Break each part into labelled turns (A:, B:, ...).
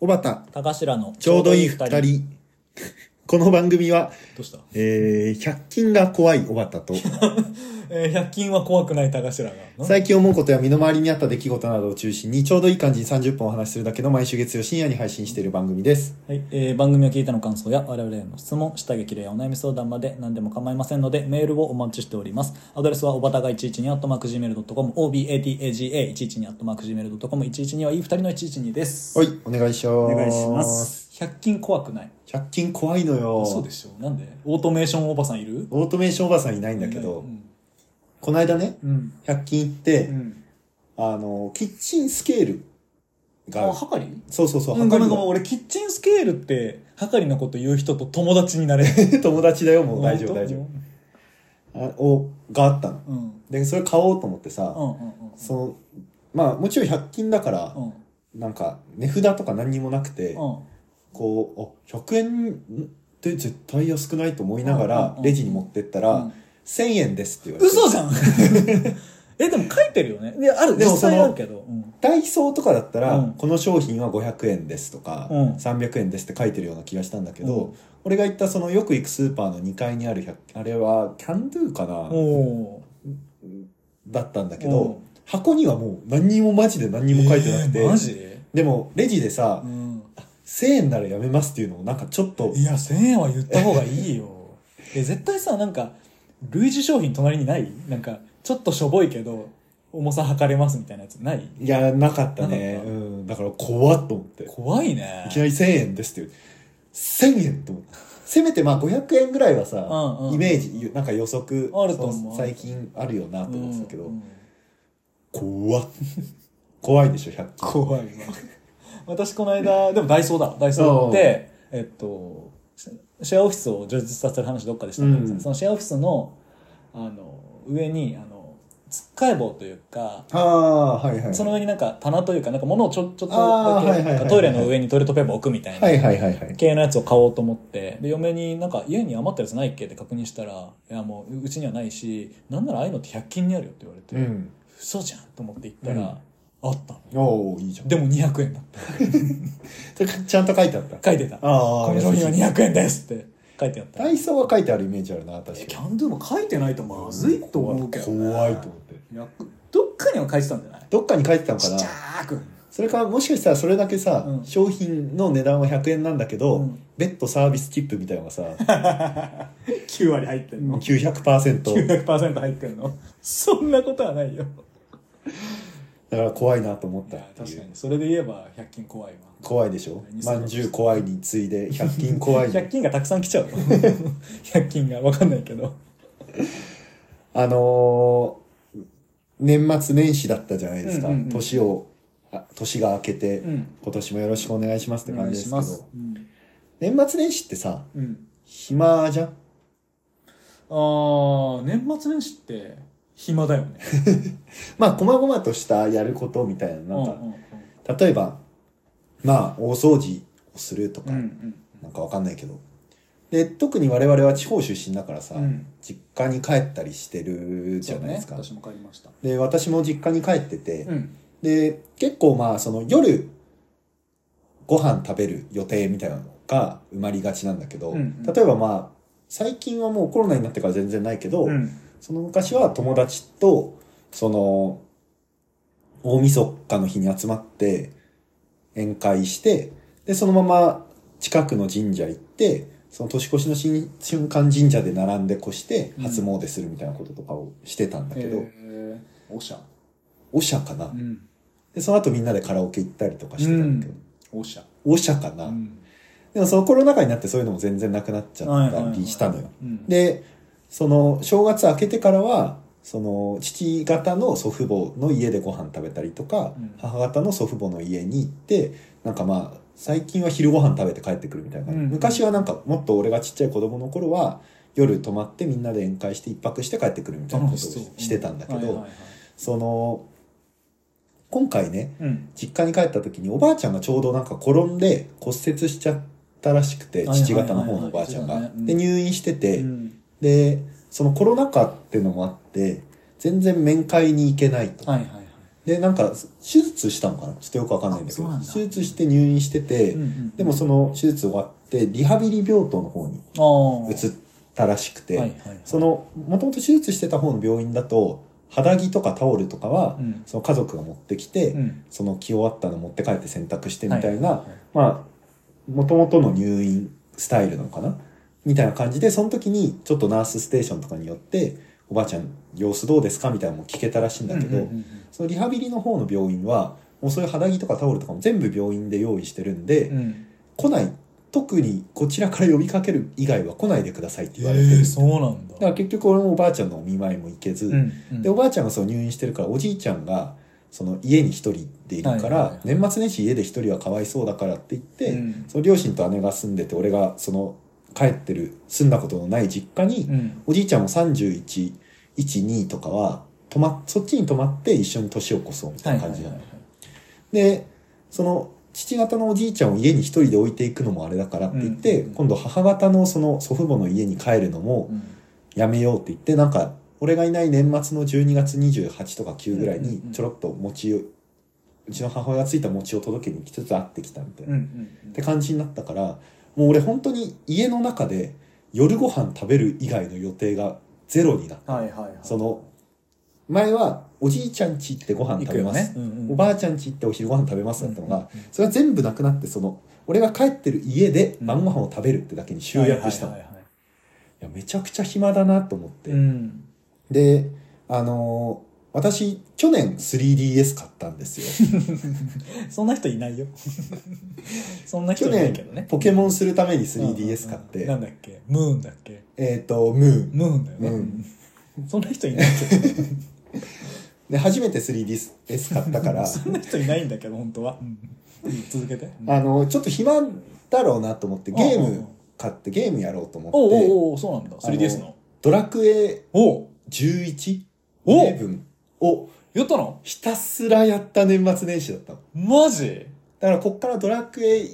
A: 小畑、
B: 田頭の
A: ちょうどいい二
B: ど
A: 人。この番組は、
B: うした
A: えー、100均が怖い小畑 と、
B: えー、100均は怖くない田頭がな
A: 最近思うことや身の回りにあった出来事などを中心に、ちょうどいい感じに30分お話しするだけの毎週月曜深夜に配信している番組です。
B: はい、えー番組を聞いての感想や我々への質問下劇例やお悩み相談まで何でも構いませんのでメールをお待ちしておりますアドレスはおばたが112 at mark gmail.com obataga112 at mark gmail.com 112はいい二人の112です
A: はい、お願いします。お
B: お100均怖くない
A: 100均怖いのよ。
B: そうでしょなんでオートメーションおばさんいる
A: オートメーションおばさんいないんだけど、この間ね、
B: うん
A: 100均行っ
B: う
A: て、
B: ん
A: あの、キッチンスケールがあ
B: あ
A: る。
B: 測り
A: そうそうそう、
B: うん、ごめん
A: 測る
B: ごめん
A: の
B: 俺キッチンスケールってはかりのこと言う人と友達になれ る
A: 友達だよ、もう大丈夫、大丈
B: 夫
A: 夫。あお、があったの。
B: うんうん
A: で、それ買おうと思ってさ、
B: うん
A: その、まあ、もちろん100均だから
B: う、ん
A: なんか、値札とか何にもなくて、
B: うん
A: こう、あ、100円って絶対安くないと思いなが
B: うんうん
A: ら
B: う、ん
A: レジに持ってったら、
B: うん
A: 1000円ですって言われて。
B: 嘘じゃ んえでも書いてるよねいやある
A: で
B: で
A: も
B: もそ
A: その
B: のあるけど、うん
A: ダイソーとかだったら、
B: うん
A: この商品は500円ですとか、
B: うん
A: 300円ですって書いてるような気がしたんだけど、
B: うん
A: 俺が行ったそのよく行くスーパーの2階にある100あれはキャンドゥかな、
B: お
A: だったんだけ
B: うん
A: ど箱にはもう何にもマジで何に
B: ー
A: も書いてなくて、
B: えーマジ、
A: でもレジでさ、
B: うん、
A: 1000円ならやめますっていうのもなんかちょっと
B: いや1000円は言った方がいいよえ絶対さなんか類似商品隣にないなんかちょっとしょぼいけど重さ測れますみたいなやつない
A: いやなかったね
B: なかった
A: うん、だから怖っと思って
B: 怖いね
A: いきなり1000円ですって言う1000円と思ってせめてまあ500円ぐらいはさ、
B: うんうん
A: イメージなんか予測
B: あると思う
A: 最近あるよなと思ってたけど、
B: うんうん
A: 怖っ怖いでしょ100均
B: 怖いわ私この間でもダイソーだダイソーでえっとシシェアオフィスを充実させる話どっかでしたけど、
A: うん
B: そのシェアオフィスのあの上にあのつっかえ棒というか
A: ああはいはい
B: その上になんか棚というかなんか物をちょちょっと
A: あー
B: だ
A: はい
B: け
A: はいはいはい
B: トイレの上にトイレットペーパー置くみたいな
A: はいはいはいはい
B: 系のやつを買おうと思ってで嫁になんか家に余ったやつないっけって確認したらいやもううちにはないしなんならああいうのって100均にあるよって言われて、
A: うん
B: 嘘じゃんと思って行ったら、あったの
A: おおいいじゃん
B: でも200円だった
A: でちゃんと書いてあった
B: 書いてた
A: あ
B: この商品は200円ですって書いてあった
A: ダイソーは書いてあるイメージあるな確かに
B: キャンドゥも書いてないとまずいと思うけど、ね、
A: 怖いと思って
B: いやどっかには書いてたんじゃない
A: どっかに書いてたのか
B: ち
A: な
B: っちゃーく
A: それかもしかしたらそれだけさ、
B: うん
A: 商品の値段は100円なんだけど、
B: うん
A: 別途サービスチップみたいなのがさ
B: 9割入ってんの
A: 900%
B: 900%入ってんのそんなことはないよ
A: だから怖いなと思っ
B: い
A: た
B: や
A: って
B: 確
A: い
B: か
A: う
B: にそれで言えば100均怖いわ
A: 怖いでしょ
B: 2000
A: まんじゅう怖いに次いで100均怖いに
B: 100均がたくさん来ちゃうよ 100均が分かんないけど
A: あのー年末年始だったじゃないですか、
B: うんうんうん
A: 年をあ年が明けて、
B: うん
A: 今年もよろしくお願いしますって
B: お
A: 感
B: 願い
A: じです
B: し
A: けど
B: ます、うん
A: 年末年始ってさ
B: うん、
A: 暇じゃん
B: あー年末年始って暇だよね
A: まあ細々としたやることみたいななんか、
B: うんうん
A: 例えばまあ大掃除をするとか、
B: うんうん
A: なんかわかんないけどで特に我々は地方出身だからさ、
B: うん
A: 実家に帰ったりしてるじゃないですか、
B: そうね、私も帰りました
A: で私も実家に帰ってて、
B: うん
A: で、結構まあ、その夜、ご飯食べる予定みたいなのが埋まりがちなんだけど、
B: うんうん
A: 例えばまあ、最近はもうコロナになってから全然ないけど、
B: うん
A: その昔は友達と、その、大晦日の日に集まって、宴会して、で、そのまま近くの神社行って、その年越しの新瞬間神社で並んで越して、
B: うん
A: 初詣するみたいなこととかをしてたんだけど、
B: えー、おしゃ
A: おしゃかな、
B: うん
A: で、その後みんなでカラオケ行ったりとかしてたんだけど、
B: おしゃ
A: おしゃかな、
B: うん
A: でもそのコロナ禍になってそういうのも全然なくなっちゃったりしたのよ。
B: うん
A: で、その正月明けてからは、その父方の祖父母の家でご飯食べたりとか、
B: うん
A: 母方の祖父母の家に行って、なんかまあ、最近は昼ご飯食べて帰ってくるみたいな感じ、
B: うん
A: 昔はなんかもっと俺がちっちゃい子供の頃は、夜泊まってみんなで宴会して一泊して帰ってくるみたいなことを
B: 楽しそう
A: してたんだけど、
B: はいはいはい
A: その、今回ね、
B: うん
A: 実家に帰った時におばあちゃんがちょうどなんか転んで骨折しちゃったらしくて
B: はいはいはい
A: 父方の方のおばあちゃん
B: そうだ
A: が
B: ねうん
A: で入院してて
B: うん
A: でそのコロナ禍ってのもあって全然面会に行けないと
B: はいはいはい
A: で、なんか、手術したのかなちょっとよくわかんないんだけど
B: あそうなんだ、
A: 手術して入院してて、
B: うんうん
A: でもその手術終わって、リハビリ病棟の方に
B: ああ。
A: 移ったらしくて、
B: はいはいはい
A: その、もともと手術してた方の病院だと、肌着とかタオルとかは、
B: うん
A: その家族が持ってきて、
B: うん
A: その着終わったの持って帰って洗濯してみたいな、
B: はいはいはい
A: まあ、もともとの入院スタイルなのかなみたいな感じで、その時にちょっとナースステーションとかによって、おばあちゃん様子どうですかみたいなのも聞けたらしいんだけど、
B: うんうんうん
A: そのリハビリの方の病院は、もうそういう肌着とかタオルとかも全部病院で用意してるんで、
B: うんうん
A: 来ない、特にこちらから呼びかける以外は来ないでくださいって
B: え
A: 言われてる。
B: ー、そうなん
A: だか
B: だ。
A: ら結局俺もおばあちゃんのお見舞いも行けず、
B: うんうん
A: でおばあちゃんがそう入院してるからおじいちゃんがその家に一人でいるから、
B: はいはいはい
A: 年末年始家で一人はかわいそうだからって言って、
B: うん
A: その両親と姉が住んでて俺がその帰ってる住んだことのない実家に、
B: うん
A: おじいちゃんも3112とかは泊まそっちに泊まって一緒に年を越そうみたいな感じだ、
B: はいはい
A: でその父方のおじいちゃんを家に一人で置いていくのもあれだからって言って、
B: うん
A: 今度母方のその祖父母の家に帰るのも、
B: はいうん
A: やめようって言ってなんか俺がいない年末の12月28とか9ぐらい
B: うん
A: に
B: うんうん
A: ちょろっと餅をうちの母親がついた餅を届けに来つつ会ってきたみたいな、
B: うん
A: っ
B: うん
A: て感じになったからもう俺本当に家の中で夜ご飯食べる以外の予定がゼロになった、
B: はいはいはい。
A: その前はおじいちゃん家行ってご飯食べます、
B: 行くよねうんうん
A: おばあちゃん家行ってお昼ご飯食べますだったのが、
B: うんうんうん
A: それは全部なくなってその俺が帰ってる家で晩ご飯を食べるってだけに集約したの、
B: はい
A: い
B: はいはいは
A: やめちゃくちゃ暇だなと思って、
B: いうん。
A: で、あのー私、去年 3DS 買ったんです よ。
B: そんな人いないよ。 そんな人
A: 去
B: いないけどね
A: 年、。ポケモンするために
B: う
A: 3DS
B: ん
A: 買って、
B: なんだっけムーンだっけ
A: えっ、と、ムーン。
B: ムーンだよね。
A: ムー
B: うん そんな人いないけど。
A: で、初めて 3DS 買った から、
B: そんな人いないんだけど、本当は。うん続けて。
A: あのーちょっと暇だろうなと思って、ゲー
B: うんうんうん
A: ム買って、ゲームやろうと思
B: おうお
A: って、
B: うおう、そうなんだ。
A: あの
B: 3DS の。
A: ドラクエ
B: おう
A: 11?
B: お
A: 11を
B: やったの
A: ひたすらやった年末年始だったの。
B: マジ
A: だからこっからドラクエ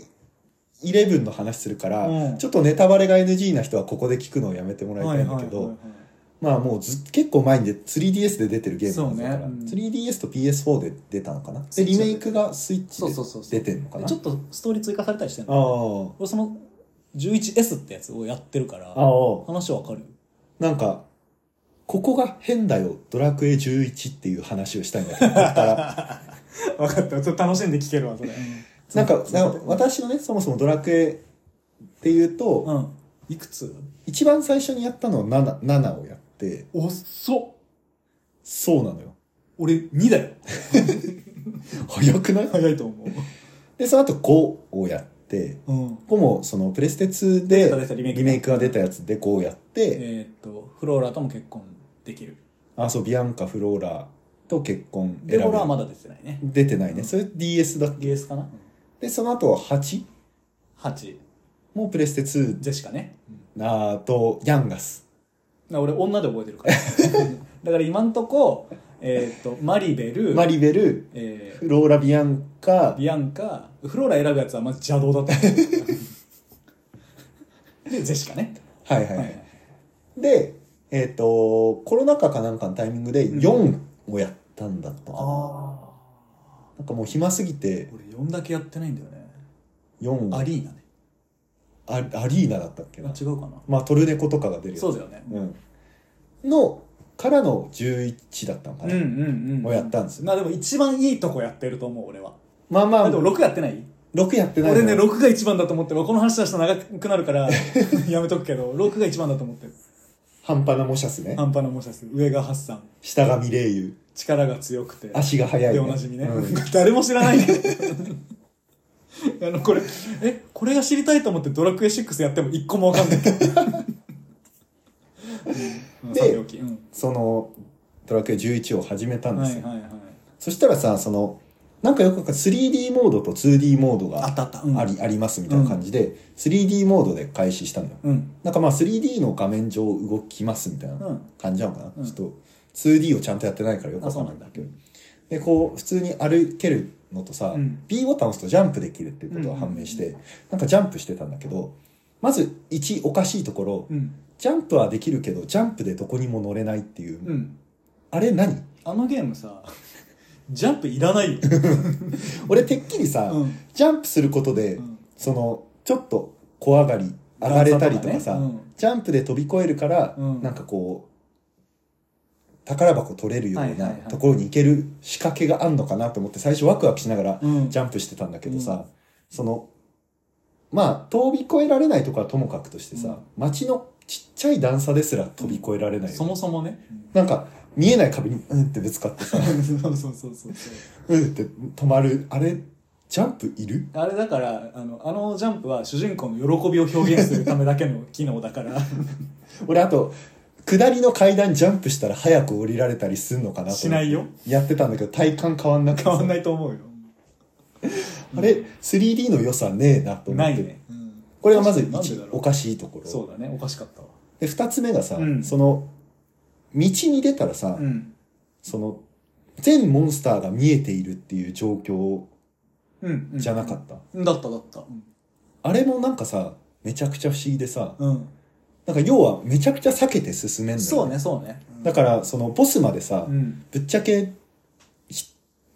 A: 11の話するから、
B: うん
A: ちょっとネタバレが NG な人はここで聞くのをやめてもらいたいんだけど、
B: はいはいはいはい
A: まあもうず結構前にで 3DS で出てるゲームなんだから、
B: そうねうん
A: 3DS と PS4 で出たのかな
B: スイ
A: で
B: ッチ
A: リ
B: で
A: メイクがスイッチ
B: そうそうそうそう
A: で出てんのかな
B: ちょっとストーリー追加されたりしてんの
A: あ
B: 俺その 11S ってやつをやってるから
A: あああ
B: 話わかる
A: なんかここが変だよドラクエ11っていう話をしたいんだけどここから
B: 分かったちょっと楽しんで聞けるわそれ
A: なんかなんか私のねそもそもドラクエっていうと、
B: うんいくつ
A: 一番最初にやったのは 7, 7をやって
B: おっそ
A: そうなのよ
B: 俺2だよ
A: 早くない
B: 早いと思う
A: でその後5をやって
B: うん
A: 5もそのプレステ2
B: 出
A: で
B: た出たリメイク
A: リメイクが出たやつで5をやって、
B: えーっとフローラとも結婚できる
A: あ、そう、ビアンカ、フローラと結婚
B: で
A: ぶ
B: 俺はまだ出てないね
A: 出てないね。それ DS だ。
B: DS かな
A: で、その後は8
B: 8
A: もプレステ2
B: ジェシカね
A: あーと、ヤンガス。
B: な俺女で覚えて るからだから今んとこえーっとマリベル
A: マリベル、
B: え
A: フローラ、ビアン
B: ー
A: カ、
B: ビアンカフローラ選ぶやつはまず邪道だっ たでジェシカね
A: はいはいはい。で、えっ、と、コロナ禍かなんかのタイミングで
B: うん
A: 4をやったんだったかな、
B: あ
A: なんかもう暇すぎて、
B: 俺4だけやってないんだよね
A: 4
B: ア
A: アリ
B: リーナね
A: アリーナだったっけ
B: あ
A: な。
B: 違うかな
A: まあ、トルネコとかが出るよ。
B: そう
A: う
B: だよね
A: うん。の、からの11だったのか
B: うん
A: な。
B: うんうん
A: をやったんですよ
B: まあでも一番いいとこやってると思う俺は
A: まあま
B: あ
A: あ
B: で、も6やってない
A: 6やってないの
B: 俺ね6が一番だと思ってるこの話出したら長くなるから やめとくけど6が一番だと思ってる
A: 半端な模写っすね。
B: 半端な模写数上がハッサン
A: 下がミレイユ。
B: 力が強くて
A: 足が速い、
B: で
A: ね。
B: おなじみね、
A: うん
B: 誰も知らないけどあのこれえこれが知りたいと思ってドラクエ6やっても一個もわか んないけどうんうん
A: で
B: さておきうん
A: その、ドラクエ11を始めたんで
B: は
A: す
B: い
A: よ。
B: はいはい
A: そしたらさ、その、なんかよくわかんない 3D モードと 2D モード
B: あっ
A: が
B: たあったうん
A: あり、ありますみたいな感じで、3D モードで開始したのよ。
B: うん
A: なんかまあ 3D の画面上動きますみたいな
B: うん
A: 感じなのかな、
B: うん
A: ちょっと 2D をちゃんとやってないからよくわかんないんだけど。で、こう、普通に歩けるのとさ、
B: うん
A: B ボタン押すとジャンプできるっていうことが判明して、なんかジャンプしてたんだけど、まず1おかしいところ、
B: うん
A: ジャンプはできるけど、ジャンプでどこにも乗れないっていう。
B: うん
A: あれ何
B: あのゲームさ ジャンプいらないよ。
A: 俺てっきりさ、
B: うん
A: ジャンプすることで、
B: ん
A: そのちょっと小上がり上がれたりとかさ
B: 段差とかねうん
A: ジャンプで飛び越えるから、
B: うん
A: なんかこう宝箱取れるよ
B: は
A: う
B: いは
A: ない
B: はい
A: ところに行ける仕掛けがあんのかなと思って最初ワクワクしながら
B: うん
A: ジャンプしてたんだけどさ、
B: うん
A: そのまあ飛び越えられないとこはともかくとしてさ、
B: うん
A: 街のちっちゃい段差ですら飛び越えられないよ、
B: そもそもね。
A: なんか見えない壁にうんってぶつかってさ
B: そうそうそうそ
A: う
B: う。
A: んって止まるあれジャンプいる
B: あれだから、あの、あのジャンプは主人公の喜びを表現するためだけの機能だ から、
A: 俺あと下りの階段ジャンプしたら早く降りられたりすんのかなと思って
B: しないよ。
A: やってたんだけど体感変わんなくて
B: 変わんないいと思うよ。
A: あれ 3D の良さねえなと思っ
B: な
A: て
B: いね。うん
A: これがまず
B: なんでだ
A: 一
B: ろう
A: おかしいところ
B: そうだね、おかしかったわ。
A: で二つ目がさ、
B: うん
A: その道に出たらさ、
B: うん。
A: その全モンスターが見えているっていう状況
B: うん。うん
A: じゃなかった、
B: だっただった。うん
A: あれもなんかさめちゃくちゃ不思議でさ、
B: うん。
A: なんか要はめちゃくちゃ避けて進めんだよ
B: そうね、そうね。
A: だからそのボスまでさ、
B: うん。
A: ぶっちゃけひ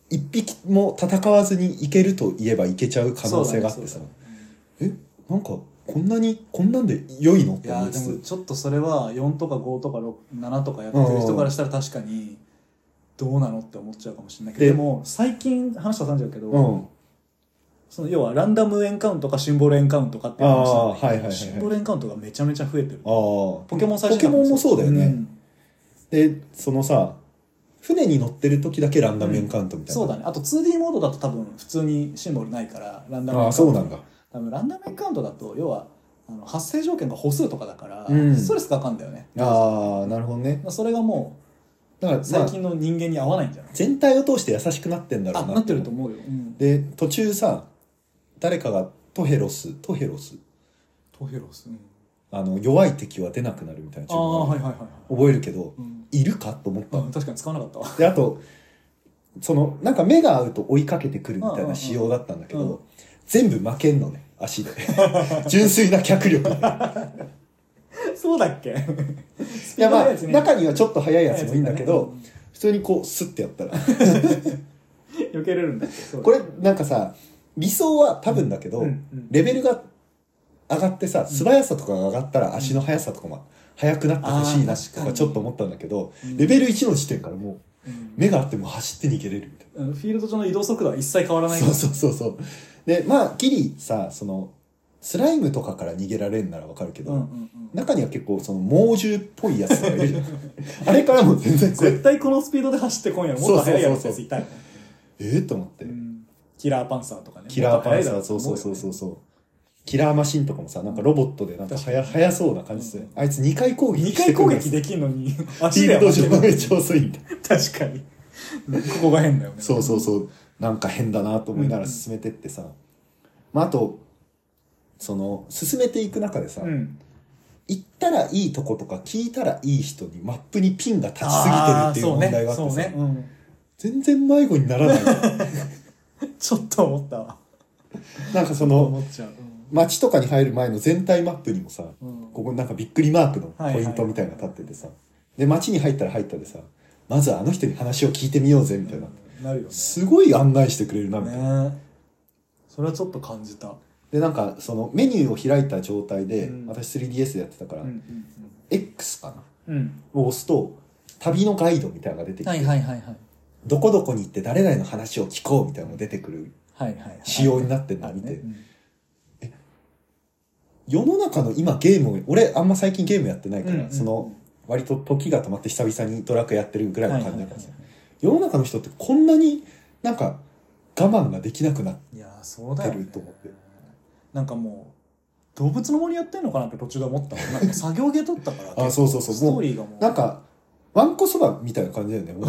A: 一匹も戦わずにいけると言えばいけちゃう可能性があってさ、
B: そうだね
A: えなんかこんなにこんなんで良いのっ
B: い
A: て
B: や
A: 思い
B: ーでも
A: つつ
B: ちょっとそれは4とか5とか6 7とかやってる人からしたら確かにどうなのって思っちゃうかもしれないけど
A: で
B: でも最近話挟んじゃうけど、
A: うん
B: その要はランダムエンカウントかシンボルエンカウントかっていう話なんだけど
A: あーはいはいはいはい
B: シンボルエンカウントがめちゃめちゃ増えてる
A: ああ
B: ポケモン最
A: ポ
B: 初
A: ケモンもそうだよね、
B: ん
A: でそのさ船に乗ってる時だけランダムエンカウントみたいな、
B: そうだねあと 2D モードだと多分普通にシンボルないからランダムエン
A: あ
B: カウ
A: あそう
B: ント
A: なんだ
B: 多分ランダムエンカウントだと要はあの発生条件が歩数とかだから、
A: うん
B: ストレスかかんだよね
A: ああなるほどね
B: それがも
A: だから
B: う
A: ま
B: 最
A: あ
B: 近の人間に合わないんじゃない
A: 全体を通して優しくなってんだろ
B: あ
A: うな
B: なってると思うよ、うん
A: で途中さ誰かがトヘロストヘロス
B: トヘロス、うん、
A: あの弱い敵は出なくなるみたいな
B: あ
A: 呪
B: あ
A: 文
B: はいはいはいはい、
A: 覚えるけど、
B: うん
A: いるかと思ったの
B: 確かに使わなかったわ
A: であとそのなんか目が合うと追いかけてくるみた
B: うん
A: い
B: うんうん
A: な仕様だったんだけど、
B: うん
A: 全部負けんのね足で 純粋な脚 力で
B: そうだっけ
A: い やまあ
B: スピードのやつね
A: 中にはちょっと速いやつもいいんだけど、
B: うん
A: 普通にこうスッてやったら
B: 避けれるんだっけそうだ
A: これなんかさ理想は多分だけど、
B: うんうん
A: レベルが上がってさ素早さとかが上がったら足の速さとかも速くなってほしい
B: あ
A: な
B: ー
A: と
B: 確か
A: か
B: に
A: ちょっと思ったんだけど、
B: うん
A: レベル1の時点からもう
B: うん
A: 目があっても走って逃げれるみたいな。
B: うんフィールド上の移動速度は一切変わらない
A: そうそうそうそう。で、まあ、ギリさ、その、スライムとかから逃げられるならわかるけど、
B: うんうんうん
A: 中には結構その猛獣っぽいやつとかいるじゃん。あれからも全然これ
B: 絶、対このスピードで走ってこんやろもっと速いやろって
A: そう
B: や
A: そうそう
B: ついたよね
A: えー、と思って。
B: うんキラーパンサーとかね
A: キラーパンサ
B: も
A: ー、
B: っ
A: そ
B: と
A: う
B: 速いだろ
A: そう
B: と
A: そうそう
B: 思よね
A: うそう。キラーマシンとかもさ、なんかロボットでなんか速速そうな感じで、
B: うん
A: あいつ2回攻撃
B: 二
A: して
B: 回
A: く
B: 攻
A: るやつ
B: 撃できんのに
A: フィ
B: 足
A: ー
B: で
A: ルド上 めっちゃ遅いんだ。
B: 確かにうんここが変だよね
A: そうそうそうなんか変だなと思いながら進めてってさ、まあ、あとその進めていく中でさ、
B: うん
A: 行ったらいいとことか聞いたらいい人にマップにピンが立ちすぎてる
B: あ
A: っ
B: ー
A: ていう
B: そう
A: 問
B: ね
A: 題があって
B: そう
A: さ、
B: ねうん
A: 全然迷子になら ない
B: ちょっと思ったわ。
A: なんかその
B: 思っちゃう。
A: 街とかに入る前の全体マップにもさ、
B: うん
A: ここなんかびっくりマークのポイントみたいなの立っててさで街に入ったら入ったでさまずはあの人に話を聞いてみようぜみたいな、
B: なるよね。
A: すごい案内してくれるなみたいな、
B: ねそれはちょっと感じた。
A: でなんかそのメニューを開いた状態で、
B: うん
A: 私 3DS でやってたから、
B: うん
A: X かな
B: うんうん。
A: を押すと旅のガイドみたいなのが出てきて、
B: はいはいはいはい。
A: どこどこに行って誰々の話を聞こうみたいなのが出てくる
B: はいはいはい。
A: 仕様になってんのを見て、
B: あるね
A: 世の中の今ゲームを俺あんま最近ゲームやってないから、
B: うんうん
A: その割と時が止まって久々にドラクエやってるぐ
B: う
A: ら
B: ん
A: い
B: は
A: の
B: いは
A: 感
B: い
A: じだか
B: はい
A: らさ、世の中の人ってこんなになんか我慢ができなくなって
B: いやー、そうだよ
A: 出
B: ね
A: ると思って。
B: なんかもう、動物の森やってんのかなって途中で思ったもん。なんか作業系撮ったから。
A: あそうそうそう
B: ストーリーがもう。
A: なんかわんこそばみたいな感じだよねも う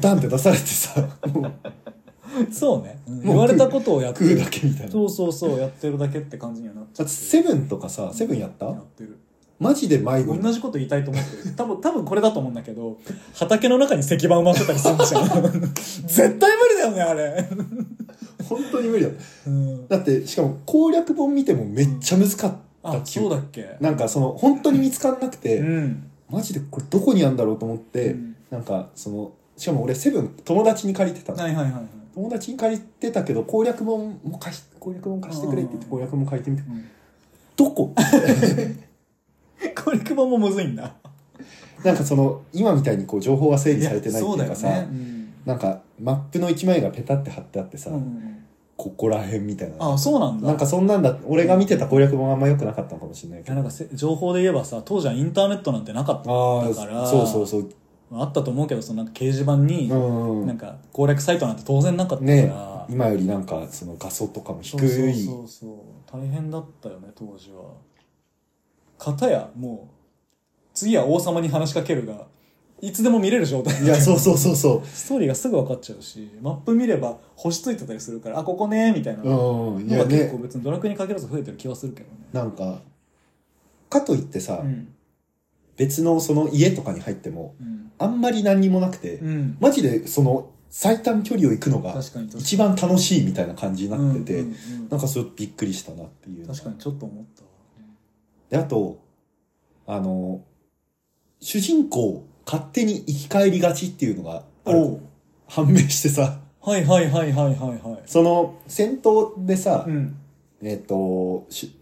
A: ダンって出されてさもう
B: そうね。うん
A: もう
B: 言われたことをやって
A: 食う
B: る
A: だ。けみたいな
B: そうそうそう、やってるだけって感じにはなっちゃ
A: だっ
B: っ
A: て
B: て
A: セ
B: る。
A: ブンとかさ、セブンやった
B: やってる。
A: マジで迷子にな
B: 同じこと言いたいと思ってる多分多分これだと思うんだけど畑の中に石板埋まってたりするんじゃん絶対無理だよねあれ、
A: る。本当に無理だった。
B: うん、
A: だって、しかも攻略本見てもめっちゃ難かった
B: あ
A: っけ
B: そうだっけ
A: なんかその、本当に見つかんなくて、
B: うん
A: マジでこれどこにあるんだろうと思って、
B: うん
A: なんかその、しかも俺セブン友達に借りてたの、
B: はいはいはいはい。
A: 友達に借りてたけど攻略本も貸し攻略本貸してくれって言って
B: うん
A: 攻略本借りてみて
B: うん
A: どこ
B: これ久保もむずいんだ。
A: なんかその今みたいにこう情報が整理されてないっていうかさ
B: いやそうだよね。
A: なんかマップの一枚がペタって貼ってあってさ、
B: うんうんうん
A: ここら辺みたいな
B: ああ、そうなんだ。
A: なんかそんなんだ俺が見てた攻略本あんま良くなかったのかもしれない
B: い
A: け
B: や
A: ど
B: なんかせ情報で言えばさ当時はインターネットなんてなかった
A: あ
B: だから
A: あそうそうそう
B: あったと思うけどそのなんか掲示板に、
A: うんうん
B: なんか攻略サイトなんて当然なかったから、
A: ね今よりなんかその画素とかも低い
B: そうそうそう大変だったよね当時は片やもう次は王様に話しかけるがいつでも見れる状態
A: いやそうそうそうそ
B: ストーリーがすぐ分かっちゃうしマップ見れば星ついてたりするからあここねみたいな
A: う
B: の
A: うんうんい
B: が
A: や
B: 結
A: ね
B: 構別にドラクエに限らず増えてる気はするけどね
A: なんかかといってさ、
B: うん
A: 別のその家とかに入っても
B: うん、
A: あんまり何にもなくて、
B: うん、
A: マジでその最短距離を行くのが
B: 確かに確かに
A: 一番楽しいみたいな感じになってて、
B: うんうんうん
A: なんかすごいびっくりしたなっていうのが
B: 確かにちょっと思ったわ
A: であとあの主人公勝手に生き返りがちっていうのがある
B: う
A: 判明してさ
B: はいはいはいはいはいはい
A: その戦闘でさ、
B: うん
A: えっ、とし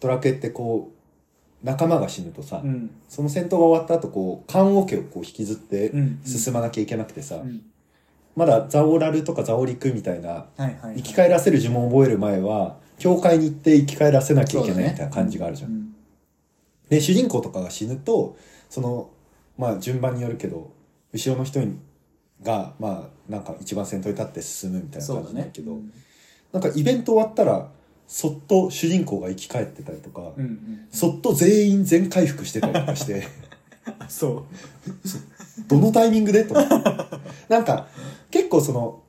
A: ドラクエってこう仲間が死ぬとさ、
B: うん
A: その戦闘が終わった後こう棺桶をこう引きずって
B: うん
A: 進まなきゃいけなくてさ、
B: うん
A: まだザオラルとかザオリクみたいな
B: はいはいはい
A: 生き返らせる呪文を覚える前は教会に行って生き返らせなきゃいけないみたいな感じがあるじゃん。
B: うん
A: で主人公とかが死ぬとそのまあ順番によるけど後ろの人がまあなんか一番先頭に立って進むみたいな
B: そう
A: 感
B: だ
A: じだ
B: ね
A: けど、なんかイベント終わったらそっと主人公が生き返ってたりとか、
B: うんうん
A: そっと全員全回復してたりとかして
B: あそう
A: どのタイミングでと思ってなんか結構その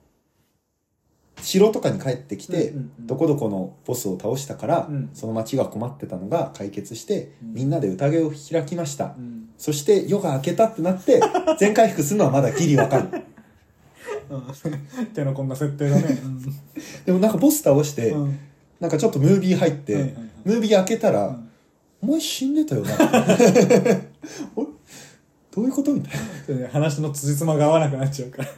A: 城とかに帰ってきて、
B: うんうんうん
A: どこどこのボスを倒したから、
B: うん
A: その町が困ってたのが解決して、
B: うん
A: みんなで宴を開きました、
B: うん
A: そして夜が明けたってなって、全回復するのはまだギリわかる。
B: 手のこんな設定だね
A: でもなんかボス倒して、
B: うんうん
A: なんかちょっとムービー入って、
B: はいはいはい
A: ムービー開けたら、
B: うん
A: お前死んでたよな。 あれどういうことみたいな。
B: ちょっとね話のつじつまが合わなくなっちゃうから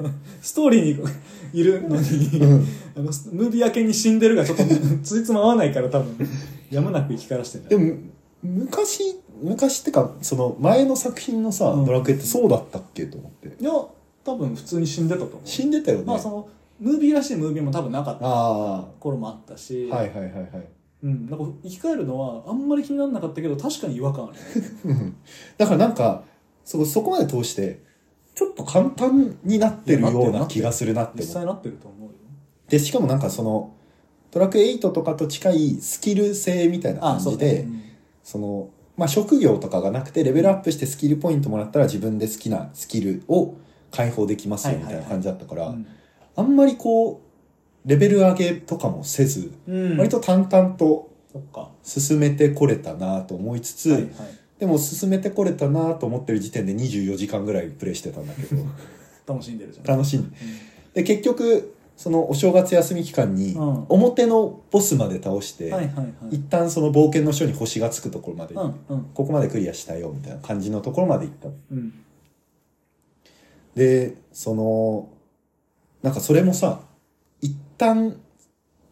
B: ストーリーにいるのに
A: うん
B: あのムービー明けに死んでるがちょっとつじつま合わないから多分やむなく生き返らしてるん
A: で
B: じゃない
A: も、昔、昔ってか、その前の作品のさ、
B: うん
A: ドラクエってそうだったっけと思って。
B: いや多分普通に死んでたと思う
A: 死んでたよね。
B: まあそのムービーらしいムービーも多分なかった
A: あ
B: 頃もあったし
A: あ、はいはいはいはい。
B: うん、なんか生き返るのはあんまり気にならなかったけど確かに違和感ある
A: うんだからなんか、そこ、そこまで通して、ちょっと簡単になってるような気がするなって思っ
B: 実
A: て
B: 際なってると思うよ
A: でしかもなんかそのドラクエ8とかと近いスキル性みたいな感じでそ,、のまあ職業とかがなくてレベルアップしてスキルポイントもらったら自分で好きなスキルを解放できますよ
B: はい
A: み
B: は
A: た
B: いはい
A: いな感じだったから、
B: うん
A: あんまりこうレベル上げとかもせず、
B: うん
A: 割と淡々と
B: そっか
A: 進めてこれたなと思いつつ、
B: はいはい
A: でも進めてこれたなと思ってる時点で24時間ぐらいプレイしてたんだけど
B: 楽しんでるじゃん
A: 楽しんでで結局そのお正月休み期間に
B: うん
A: 表のボスまで倒し
B: う
A: て、
B: んはいはいはい
A: 一旦その冒険の書に星がつくところまで、
B: うんうん
A: ここまでクリアしたよみたいな感じのところまで行った
B: うん
A: でそのなんかそれもさ一旦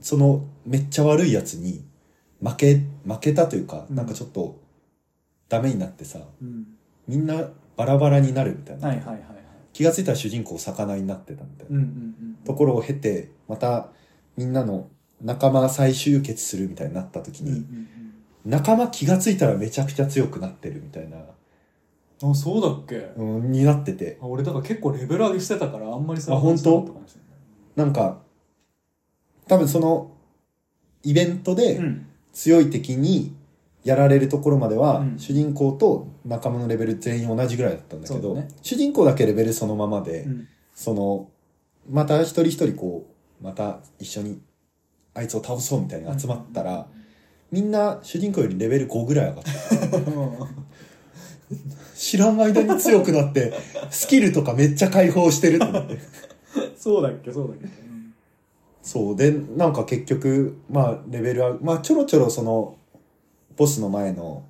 A: そのめっちゃ悪いやつに負け負けたというか、
B: うん
A: なんかちょっとダメになってさ
B: うん
A: みんなバラバラになるみたいな、
B: はいはいはいはい
A: 気がついたら主人公魚になってたみたいな
B: うんうん
A: ところを経てまたみんなの仲間再集結するみたいになった時
B: うんう
A: に、
B: んうん
A: 仲間気がついたらめちゃくちゃ強くなってるみたいな、
B: うんあそうだっけ
A: うん、になってて
B: あ俺だから結構レベル上げしてたからあんまり
A: あ本当
B: 感じなかったかもし
A: なんか多分そのイベント
B: れない
A: で
B: うん
A: 強い敵にやられるところまでは、
B: うん
A: 主人公と仲間のレベル全員同じぐらいだったんだけ
B: そう
A: ど、
B: だね
A: 主人公だけレベルそのままで、
B: うん
A: そのまた一人一人こうまた一緒にあいつを倒そうみたいに集まったら、みんな主人公よりレベル5ぐらい上がって知らん間に強くなって、スキルとかめっちゃ解放してると思って。
B: そうだっけそうだっけうん
A: そう。で、なんか結局、まあ、レベルは、まあ、ちょろちょろその、ボスの前の、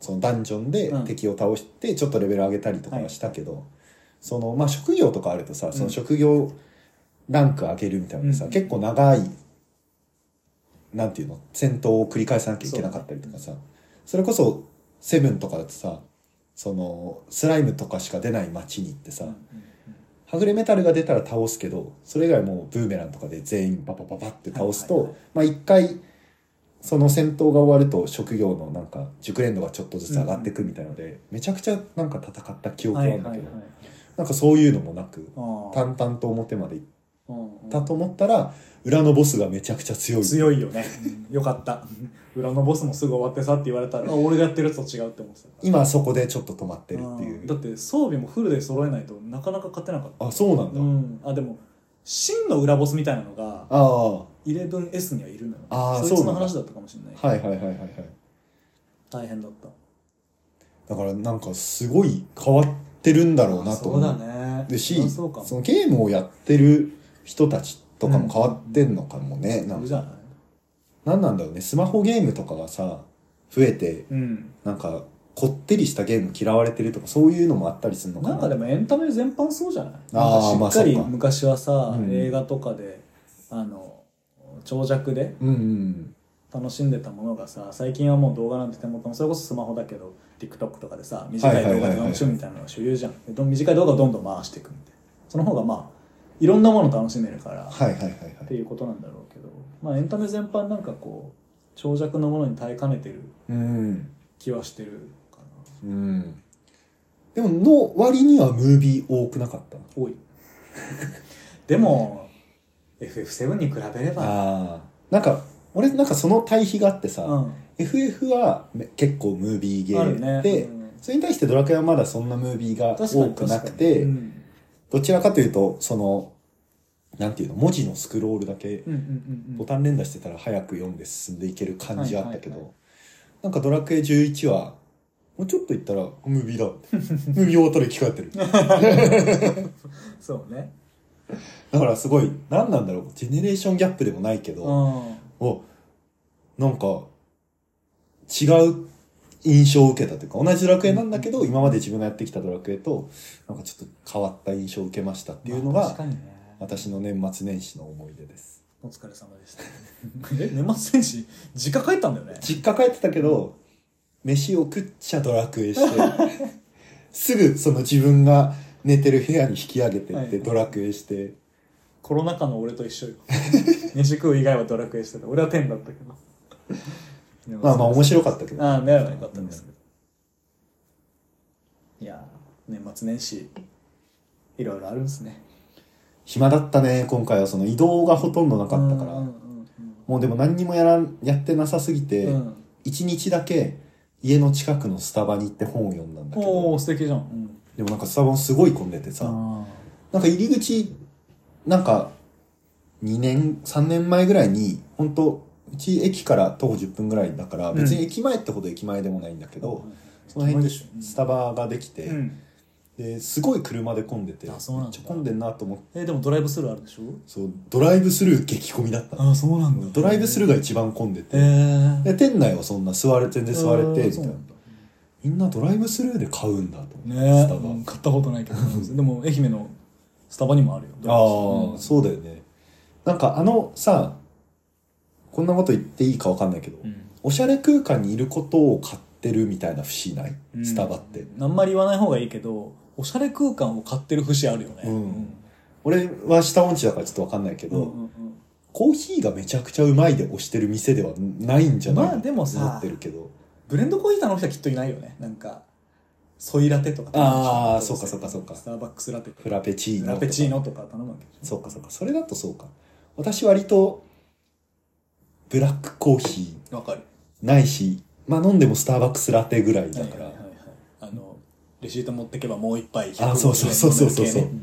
A: そのダンジョンで
B: うん
A: 敵を倒して、ちょっとレベル上げたりとかはしたけど、その、まあ、職業とかあるとさ、その職業ランク上げるみたいなさ、結構長い、なんていうの、戦闘を繰り返さなきゃいけなかったりとかさ、それこそ、セブンとかだとさ、その、スライムとかしか出ない街に行ってさ、はぐれメタルが出たら倒すけど、それ以外もうブーメランとかで全員パパパパって倒すと、
B: はいはい
A: まあ一回、その戦闘が終わると職業のなんか熟練度がちょっとずつ上がっていくみたいので、めちゃくちゃなんか戦った記憶
B: は
A: ある
B: いはい
A: んだ
B: は
A: け
B: い
A: ど、なんかそういうのもなく、
B: ああ
A: 淡々と表まで行っ
B: うん
A: たと思ったら、裏のボスがめちゃくちゃ強い。
B: 強いよね、よかった裏のボスもすぐ終わってさって言われたらあ俺がやってるやつと違うって思ってたから
A: 今そこでちょっと止まってるって
B: う
A: い
B: んだ
A: う。
B: って装備もフルで揃えないとなかなか勝てなかった
A: あ、そうなんだ。
B: うんあでも真の裏ボスみたいなのが
A: ああ、は
B: 11S にはいるのよ
A: あー
B: そいつ
A: そうな
B: の
A: んだ
B: 話だったかもしれな
A: い
B: い
A: はいはいはいはい。
B: 大変だった
A: だからなんかすごい変わってるんだろうなと思。
B: そううだね
A: でし
B: そりゃ
A: そ
B: そうかも
A: のゲームをやってる人たちとかも変わってんのかもね、なん
B: そう
A: か
B: じゃない
A: なんなんだろうねスマホゲームとかがさ増えて
B: うん
A: なんかこってりしたゲーム嫌われてるとかそういうのもあったりするのかな
B: なんかでもエンタメ全般そうじゃない
A: あー
B: なんかしっかり
A: まあそうか
B: 昔はさ、
A: うん
B: 映画とかであの長尺で
A: うんうん
B: 楽しんでたものがさ最近はもう動画なんて手元のそれこそスマホだけど TikTok とかでさ短い動画で楽しむみたいなのが主流じゃんでどん短い動画をどんどん回していくみたいなその方がまあいろんなもの楽しめるから、
A: はいはいはいは
B: って
A: い
B: いうことなんだろうけどまあエンタメ全般なんかこう長尺のものに耐えかねてる
A: うん
B: 気はしてるかな
A: うんでもの割にはムービー多くなかった
B: 多いでも FF7 に比べれば
A: ああなんか俺なんかその対比があってさ、
B: うん
A: FF はめ結構ムービーゲ
B: あ
A: ー
B: るね
A: ムで、
B: うん
A: それに対してドラクエはまだそんなムービーが
B: 確か
A: 多
B: に
A: く
B: 確
A: な
B: か
A: く
B: に
A: て、
B: うん
A: どちらかというと、その、なんていうの、文字のスクロールだけ
B: うんうんうんう
A: ボ
B: ん
A: タン連打してたら早く読んで進んでいける感じあったけ
B: はいはいは
A: ど、なんかドラクエ11は、もうちょっと行ったらムービーだ。 ムービー終わったら生き返ってる。
B: そうね
A: だからすごい、何なんだろう、ジェネレーションギャップでもないけ
B: う
A: ど、
B: ん
A: お、なんか、違う印象を受けたというか、同じドラクエなんだけど、今まで自分がやってきたドラクエと、なんかちょっと変わった印象を受けましたっていうの
B: まあ
A: が
B: 確、かにね
A: 私の年末年始の思い出です。
B: お疲れ様でした。 え、年末年始、実家帰ったんだよね。
A: 実家帰ってたけど、飯を食っちゃドラクエして、 すぐその自分が寝てる部屋に引き上げて
B: は
A: っ
B: い
A: てドラクエして、
B: コロナ禍の俺と 一緒よ。飯食う以外はドラクエしてた。俺は天だったけど。
A: まあまあ面白かったけど。
B: ああ、ね、よかったんですけど。いやー、年末年始、いろいろあるんですね。
A: 暇だったね、今回はその移動がほとんどなかったから。
B: うん
A: もうでも何にもやらん、やってなさすぎ
B: うん
A: て
B: うんう、ん。
A: 一、日だけ家の近くのスタバに行って本を読んだんだけ
B: お
A: ど
B: お、、素敵じゃん。うん。
A: でもなんかスタバもすごい混んでてさ、
B: あ
A: なんか入り口、なんか、2年、3年前ぐらいに、本当うち駅から徒歩10分ぐらいだから、
B: うん
A: 別に駅前ってほど駅前でもないんだけど、その辺にスタバができて、
B: ーうん。
A: で、すごい車で混んでて、め
B: あ
A: っ
B: そうなんだ
A: ちゃ混んでんなと思って、
B: え、でもドライブスルーあるでしょ
A: そう、ドライブスルー激混みだったの。
B: あ、そうなんだ
A: ドライブスルー
B: が。
A: が一番混んでて、
B: えー。
A: で、店内はそんな座れて、で座れて、みたいな
B: あーそう。んだ
A: みんなドライブスルーで買うんだと思って、
B: ね
A: スタバ。
B: うん買ったことないけどでも愛媛のスタバにもあるよ
A: ああ、
B: うん
A: そうだよね。なんかあのさ、こんなこと言っていいかわかんないけど、
B: うん
A: おしゃれ空間にいることを買ってるみたいな節ない、
B: うん
A: スタバって。
B: あんまり言わない方がいいけどおしゃれ空間を買ってる節あるよね
A: うん俺は下音痴だからちょっとわかんないけ
B: う
A: ど、
B: んうんうん
A: コーヒーがめちゃくちゃうまいで推してる店ではないんじゃない
B: まあでもさ
A: 思ってるけど。
B: ブレンドコーヒー頼む人はきっといないよねなんかソイラテとか
A: あー
B: 頼む人
A: そうかそうかそうか
B: スターバックスラテとか
A: フラペチーノ
B: フ
A: とか。
B: ラペチーノとか頼むわけでしょ
A: そうかそうか。それだとそうか。私割と、ブラックコーヒ
B: わかる
A: ーないし、まあ飲んでもスターバックスラテぐらいだから。
B: はいはいはいはいあのレシート持ってけばもう一杯
A: あそうそうそうそうそう
B: 150円飲める系ねん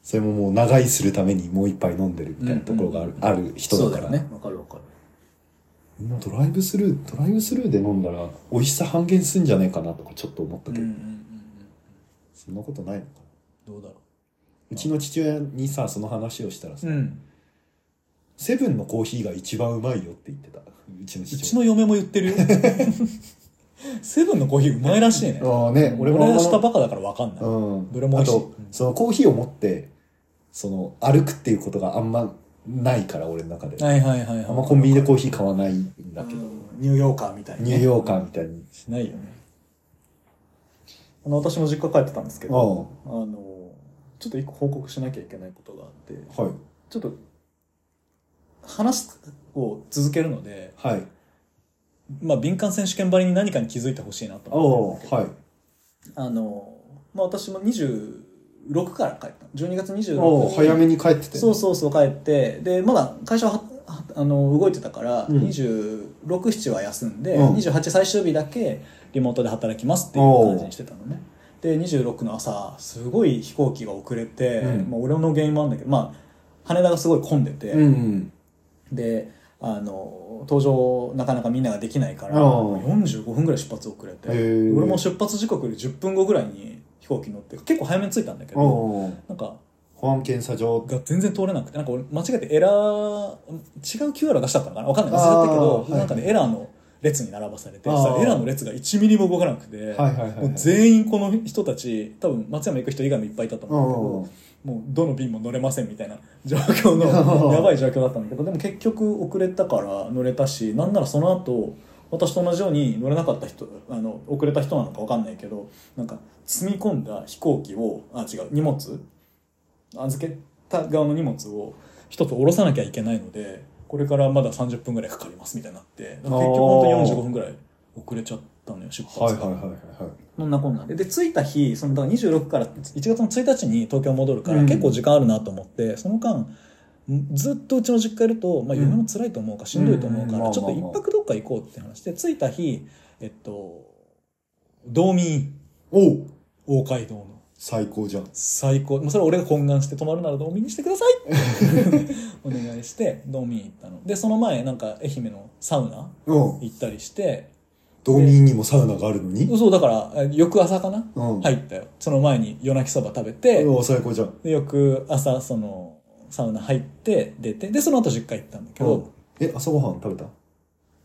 A: それももう長居するためにもう一杯飲んでるみたいなところがある,、
B: うんうん
A: ある人
B: そう
A: だ
B: だ
A: か
B: よ
A: ら
B: ねわかるわかる
A: みんなドライブスルードライブスルーで飲んだら美味しさ半減すんじゃねえかなとかちょっと思った
B: うん
A: け
B: う
A: ど、
B: んうんうん
A: そんなことないのかな
B: どうだろ
A: うちの父親にさその話をしたらさ、
B: ううん
A: セブンのコーヒーが一番うまいよって言ってたうちの
B: う
A: 父
B: ち
A: 親
B: の嫁も言ってるよ。 セブンのコーヒーうまいらしいね。
A: ああね、俺
B: 俺
A: も。
B: がしたばかだからわかんない。
A: うん。
B: どれも美味しい
A: あと、そのコーヒーを持って、その、歩くっていうことがあんまないから、俺の中で。
B: はいはいはいはい。
A: あんまコンビニでコーヒー買わないんだけど、
B: うんニューヨーカーみたいに
A: ニ
B: ね、
A: ューヨーカーみたいに。
B: しないよね。あの、私も実家帰ってたんですけ
A: あ
B: ど、
A: あ、は
B: あの、ちょっと一個報告しなきゃいけないことがあって、
A: い。
B: ちょっと、話を続けるので、
A: はい。
B: まあ、敏感選手権ばりに何かに気づいてほしいなと
A: あ
B: 思
A: あ、
B: って
A: はい。
B: あの、まあ、私も26から帰った。12月26
A: ああ、
B: に
A: 早めに帰ってて。
B: そうそうそう帰ってでまだ会社ははあの動いてたから、
A: うん
B: 267は休んで、
A: うん
B: 28最終日だけリモートで働きますっていう感じにしてたのねで26の朝すごい飛行機が遅れて、
A: うん
B: まあ、俺の原因もあるんだけど、まあ、羽田がすごい混んでて、
A: うんうん。
B: であの搭乗なかなかみんなができないか
A: う
B: ら
A: ん
B: 45分ぐらい出発遅れて
A: へー
B: 俺も出発時刻より10分後ぐらいに飛行機乗って結構早めに着いたんだけ
A: ああ、
B: どなんか
A: 保安検査場。
B: が全然通れなくてなんか俺間違えてエラー違う QR 出しちゃったのかなわかんない忘れ
A: あー
B: たけど、
A: はい
B: なんかねエラーの列に並ばされて
A: あー
B: そしたらエラーの列が1ミリも動かなくて、
A: はいはいはい。
B: もう全員この人たち多分松山行く人以外もいっぱいいたと思うんだけど、もうどの便も乗れませんみたいな状況のやばい状況だったんだけどでも結局遅れたから乗れたしなんならその後私と同じように乗れなかった人あの遅れた人なのかわかんないけどなんか積み込んだ飛行機をあ違う荷物預けた側の荷物を一つ下ろさなきゃいけないのでこれからまだ30分ぐらいかかりますみたいになって結局本当45分ぐらい遅れちゃったのよ出発が。
A: はいはいはいはいはい。
B: そんなこんなんでで着いた日そのだから26から1月の1日に東京戻るから、
A: うん
B: 結構時間あるなと思ってその間んずっとうちの実家いると、まあ、
A: うん
B: 嫁も辛いと思うかしんどいと思うか
A: うん
B: ら、
A: まあ
B: ちょっと一泊どっか行こうって話で着いた日えっと道民
A: おう
B: 大街道の
A: 最高じゃん。
B: 最高もうそれは俺が懇願して泊まるなら道民にしてください お願いして道民行ったのでその前なんか愛媛のサウナ
A: うん。
B: 行ったりして
A: 道民にもサウナがあるのに。
B: そうだからえ翌朝かな
A: うん。
B: 入ったよその前に夜泣きそば食べて、
A: おう最高じゃん。
B: で翌朝そのサウナ入って出てでその後実家行ったんだけど、
A: うんえ、朝ごはん食べた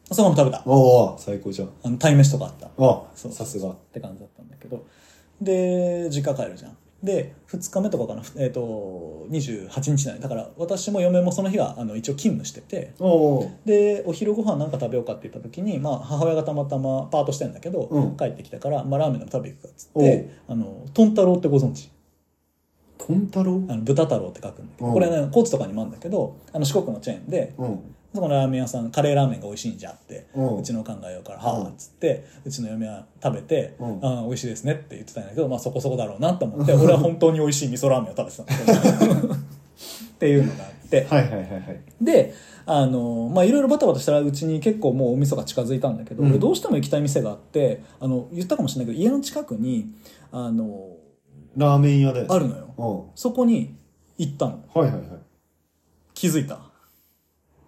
B: 朝ごはんも食べた
A: ああ、最高じゃん。
B: あの鯛めしとかあったっ
A: あ、
B: そう
A: さすが。
B: て感じだったんだけどで実家帰るじゃんで2日目とかかな、ふえー、と28日なんだから私も嫁もその日はあの一応勤務してて
A: おう
B: でお昼ご飯なんか食べようかって言った時に、まあ、母親がたまたまパートしてんだけど、
A: うん
B: 帰ってきたから、まあ、ラーメンでも食べ行くかっつっ
A: おう
B: てあのトン太郎ってご存知
A: トン太郎
B: あの豚太郎って書くんだけど、
A: うん
B: これね高知とかにもあるんだけどあの四国のチェーンで
A: うん。
B: そこのラーメン屋さんカレーラーメンが美味しいんじゃって、
A: う
B: うんちの考えようから「
A: うん
B: はあ」っつってうちの嫁は食べて「
A: うん
B: ああ美味しいですね」って言ってたんだけど、まあ、そこそこだろうなと 思って俺は本当に美味しい味噌ラーメンを食べてたんだけどっていうのがあって
A: はいはいはいはい。
B: であのまあいろいろバタバタしたらうちに結構もうお味噌が近づいたんだけど、
A: うん
B: 俺どうしても行きたい店があってあの言ったかもしれないけど家の近くにあの
A: ラーメン屋で。
B: あるのよ
A: うん。は
B: そこに行ったの
A: いはいはい。
B: 気づいた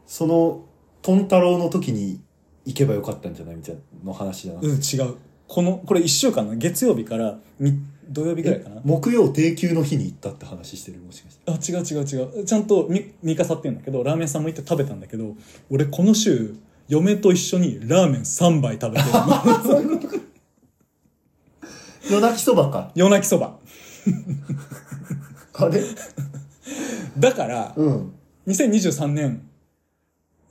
A: その、トン太郎の時に行けばよかったんじゃないみたいなの話じゃなく
B: う
A: て。
B: ん、違う。この、これ1週間の月曜日からに土曜日ぐらいかな
A: え。木曜定休の日に行ったって話してるもしかして。
B: あ、違う違う違う。ちゃんとみ、三笠って言うんだけど、ラーメン屋さんも行って食べたんだけど、俺この週、嫁と一緒にラーメン3杯食べてる。
A: 夜泣きそばか。
B: 夜泣きそば。
A: あれ
B: だから、
A: うん。
B: 2023年、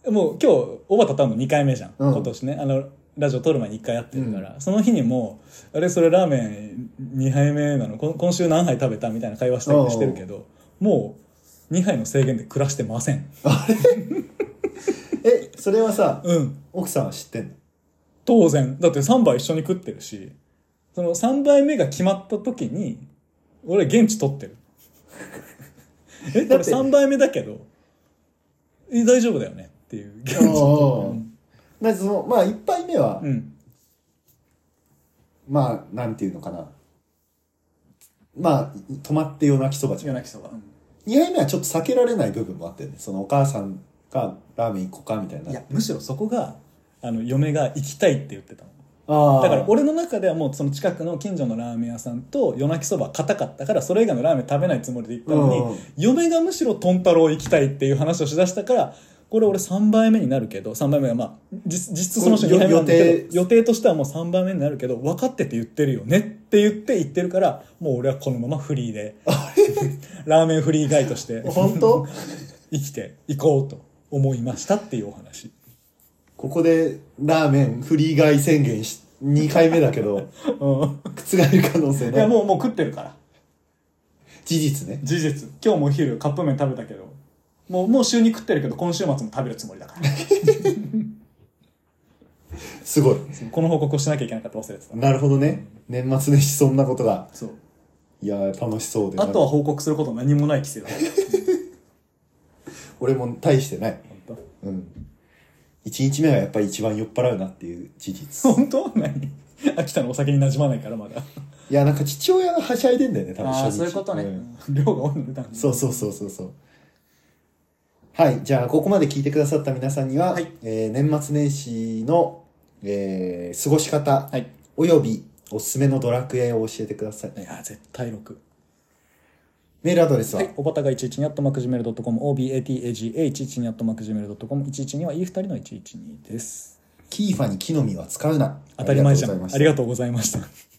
B: もう今日、小畑多分2回目じゃん。
A: うん
B: 今年ね。あの、ラジオ撮る前に1回やってるから、その日にも、あれ、それラーメン2杯目なのこ今週何杯食べたみたいな会話したりしてるけど、もう2杯の制限で暮らしてません。
A: え、それはさ、
B: うん。
A: 奥さんは知ってんの
B: 当然。だって3杯一緒に食ってるし、その3杯目が決まった時に、俺現地取っ てる。え、こ
A: だ
B: れ
A: って
B: 3杯目だけど、え、大丈夫だよねっていう。現
A: お
B: 地取
A: ー
B: って
A: まずその、まあ、一杯目は、
B: る。うん。
A: まあ、なんていうのかな。まあ、泊まって夜泣きそばじゃん。
B: 夜泣きそば。
A: 2杯目はちょっと避けられない部分もあったよね。そのお母さんがラーメン行こうかみたいな。
B: いや、むしろそこが、あの、嫁が行きたいって言ってたの。
A: ああ。
B: だ から俺の中ではもうその近くの近所のラーメン屋さんと夜泣きそば硬かったからそれ以外のラーメン食べないつもりで行ったのに、
A: うん
B: 嫁がむしろトン太郎行きたいっていう話をしだしたからこれ俺3倍目になるけど3倍目がまあ実実質その人2倍目なんだ
A: 予
B: け
A: 定
B: ど予定としてはもう3倍目になるけど分かってて言ってるよねって言って言ってるからもう俺はこのままフリー でラーメンフリーガイとして
A: 本当
B: 生きていこうと思いましたっていうお話
A: ここでラーメンフリー外宣言し、2回目だけど、
B: う
A: 覆る可能性
B: んい
A: ね。
B: やもうもう食ってるから
A: 事実ね。
B: 事実今日もお昼カップ麺食べたけどもうもう週に食ってるけど今週末も食べるつもり だから
A: すごい。
B: そうこの報告をしなきゃいけなかった忘れてた
A: なるほどね。年末年始そんなことが。
B: そう
A: いやー、楽しそうで。
B: あとは報告すること何もない規制だ
A: 俺も大してない。
B: 本
A: うん。1日目はやっぱり一番酔っ払うなっていう事
B: 当
A: 実。
B: 本当何秋田のお酒に馴染まないからまだ
A: いや、なんか父親がはしゃいでんだよね、多分初日。ん
B: 量が多いので単
A: そうそうそうそうそう。はい。じゃあ、ここまで聞いてくださった皆さんには、
B: はい
A: えー年末年始の、えー過ごし方、
B: はい
A: およびおすすめのドラクエを教えてください。
B: いや絶対6
A: メールアドレスは、
B: はい、おばたが112にットマクジメルドットコム OBATAGA112 にットマクジメルドットコム112はいい2人の112です
A: キーファに木の実は使うな。
B: 当たり前じゃ
A: ありがとうござい
B: ん
A: まし
B: あ
A: た
B: りがとうございました